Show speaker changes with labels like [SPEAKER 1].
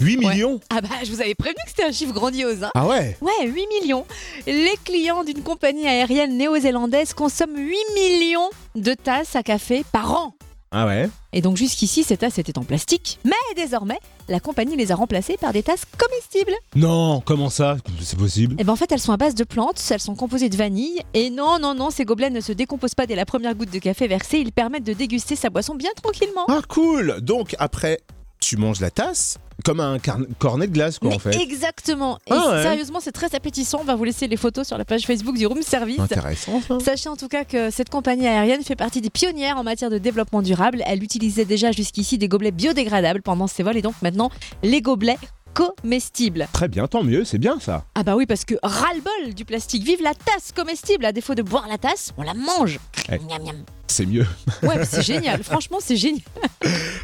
[SPEAKER 1] 8 millions
[SPEAKER 2] Ah bah, je vous avais prévenu que c'était un chiffre grandiose. hein.
[SPEAKER 1] Ah ouais
[SPEAKER 2] Ouais, 8 millions. Les clients d'une compagnie aérienne néo-zélandaise consomment 8 millions de tasses à café par an.
[SPEAKER 1] Ah ouais
[SPEAKER 2] Et donc jusqu'ici, ces tasses étaient en plastique. Mais désormais, la compagnie les a remplacées par des tasses comestibles.
[SPEAKER 1] Non, comment ça C'est possible
[SPEAKER 2] Et ben en fait, elles sont à base de plantes, elles sont composées de vanille. Et non, non, non, ces gobelets ne se décomposent pas dès la première goutte de café versée. Ils permettent de déguster sa boisson bien tranquillement.
[SPEAKER 1] Ah cool Donc après, tu manges la tasse comme un car- cornet de glace quoi
[SPEAKER 2] Mais
[SPEAKER 1] en fait.
[SPEAKER 2] Exactement. Et
[SPEAKER 1] Ah ouais.
[SPEAKER 2] sérieusement, c'est très appétissant. On va vous laisser les photos sur la page Facebook du Room Service.
[SPEAKER 1] Intéressant ça.
[SPEAKER 2] Sachez en tout cas que cette compagnie aérienne fait partie des pionnières en matière de développement durable. Elle utilisait déjà jusqu'ici des gobelets biodégradables pendant ses vols et donc maintenant les gobelets comestibles.
[SPEAKER 1] Très bien, tant mieux, c'est bien ça.
[SPEAKER 2] Ah bah oui parce que ras-le-bol du plastique, vive la tasse comestible à défaut de boire la tasse, on la mange.
[SPEAKER 1] Ouais.
[SPEAKER 2] Miam, miam.
[SPEAKER 1] C'est mieux.
[SPEAKER 2] Ouais, mais c'est génial, franchement c'est génial.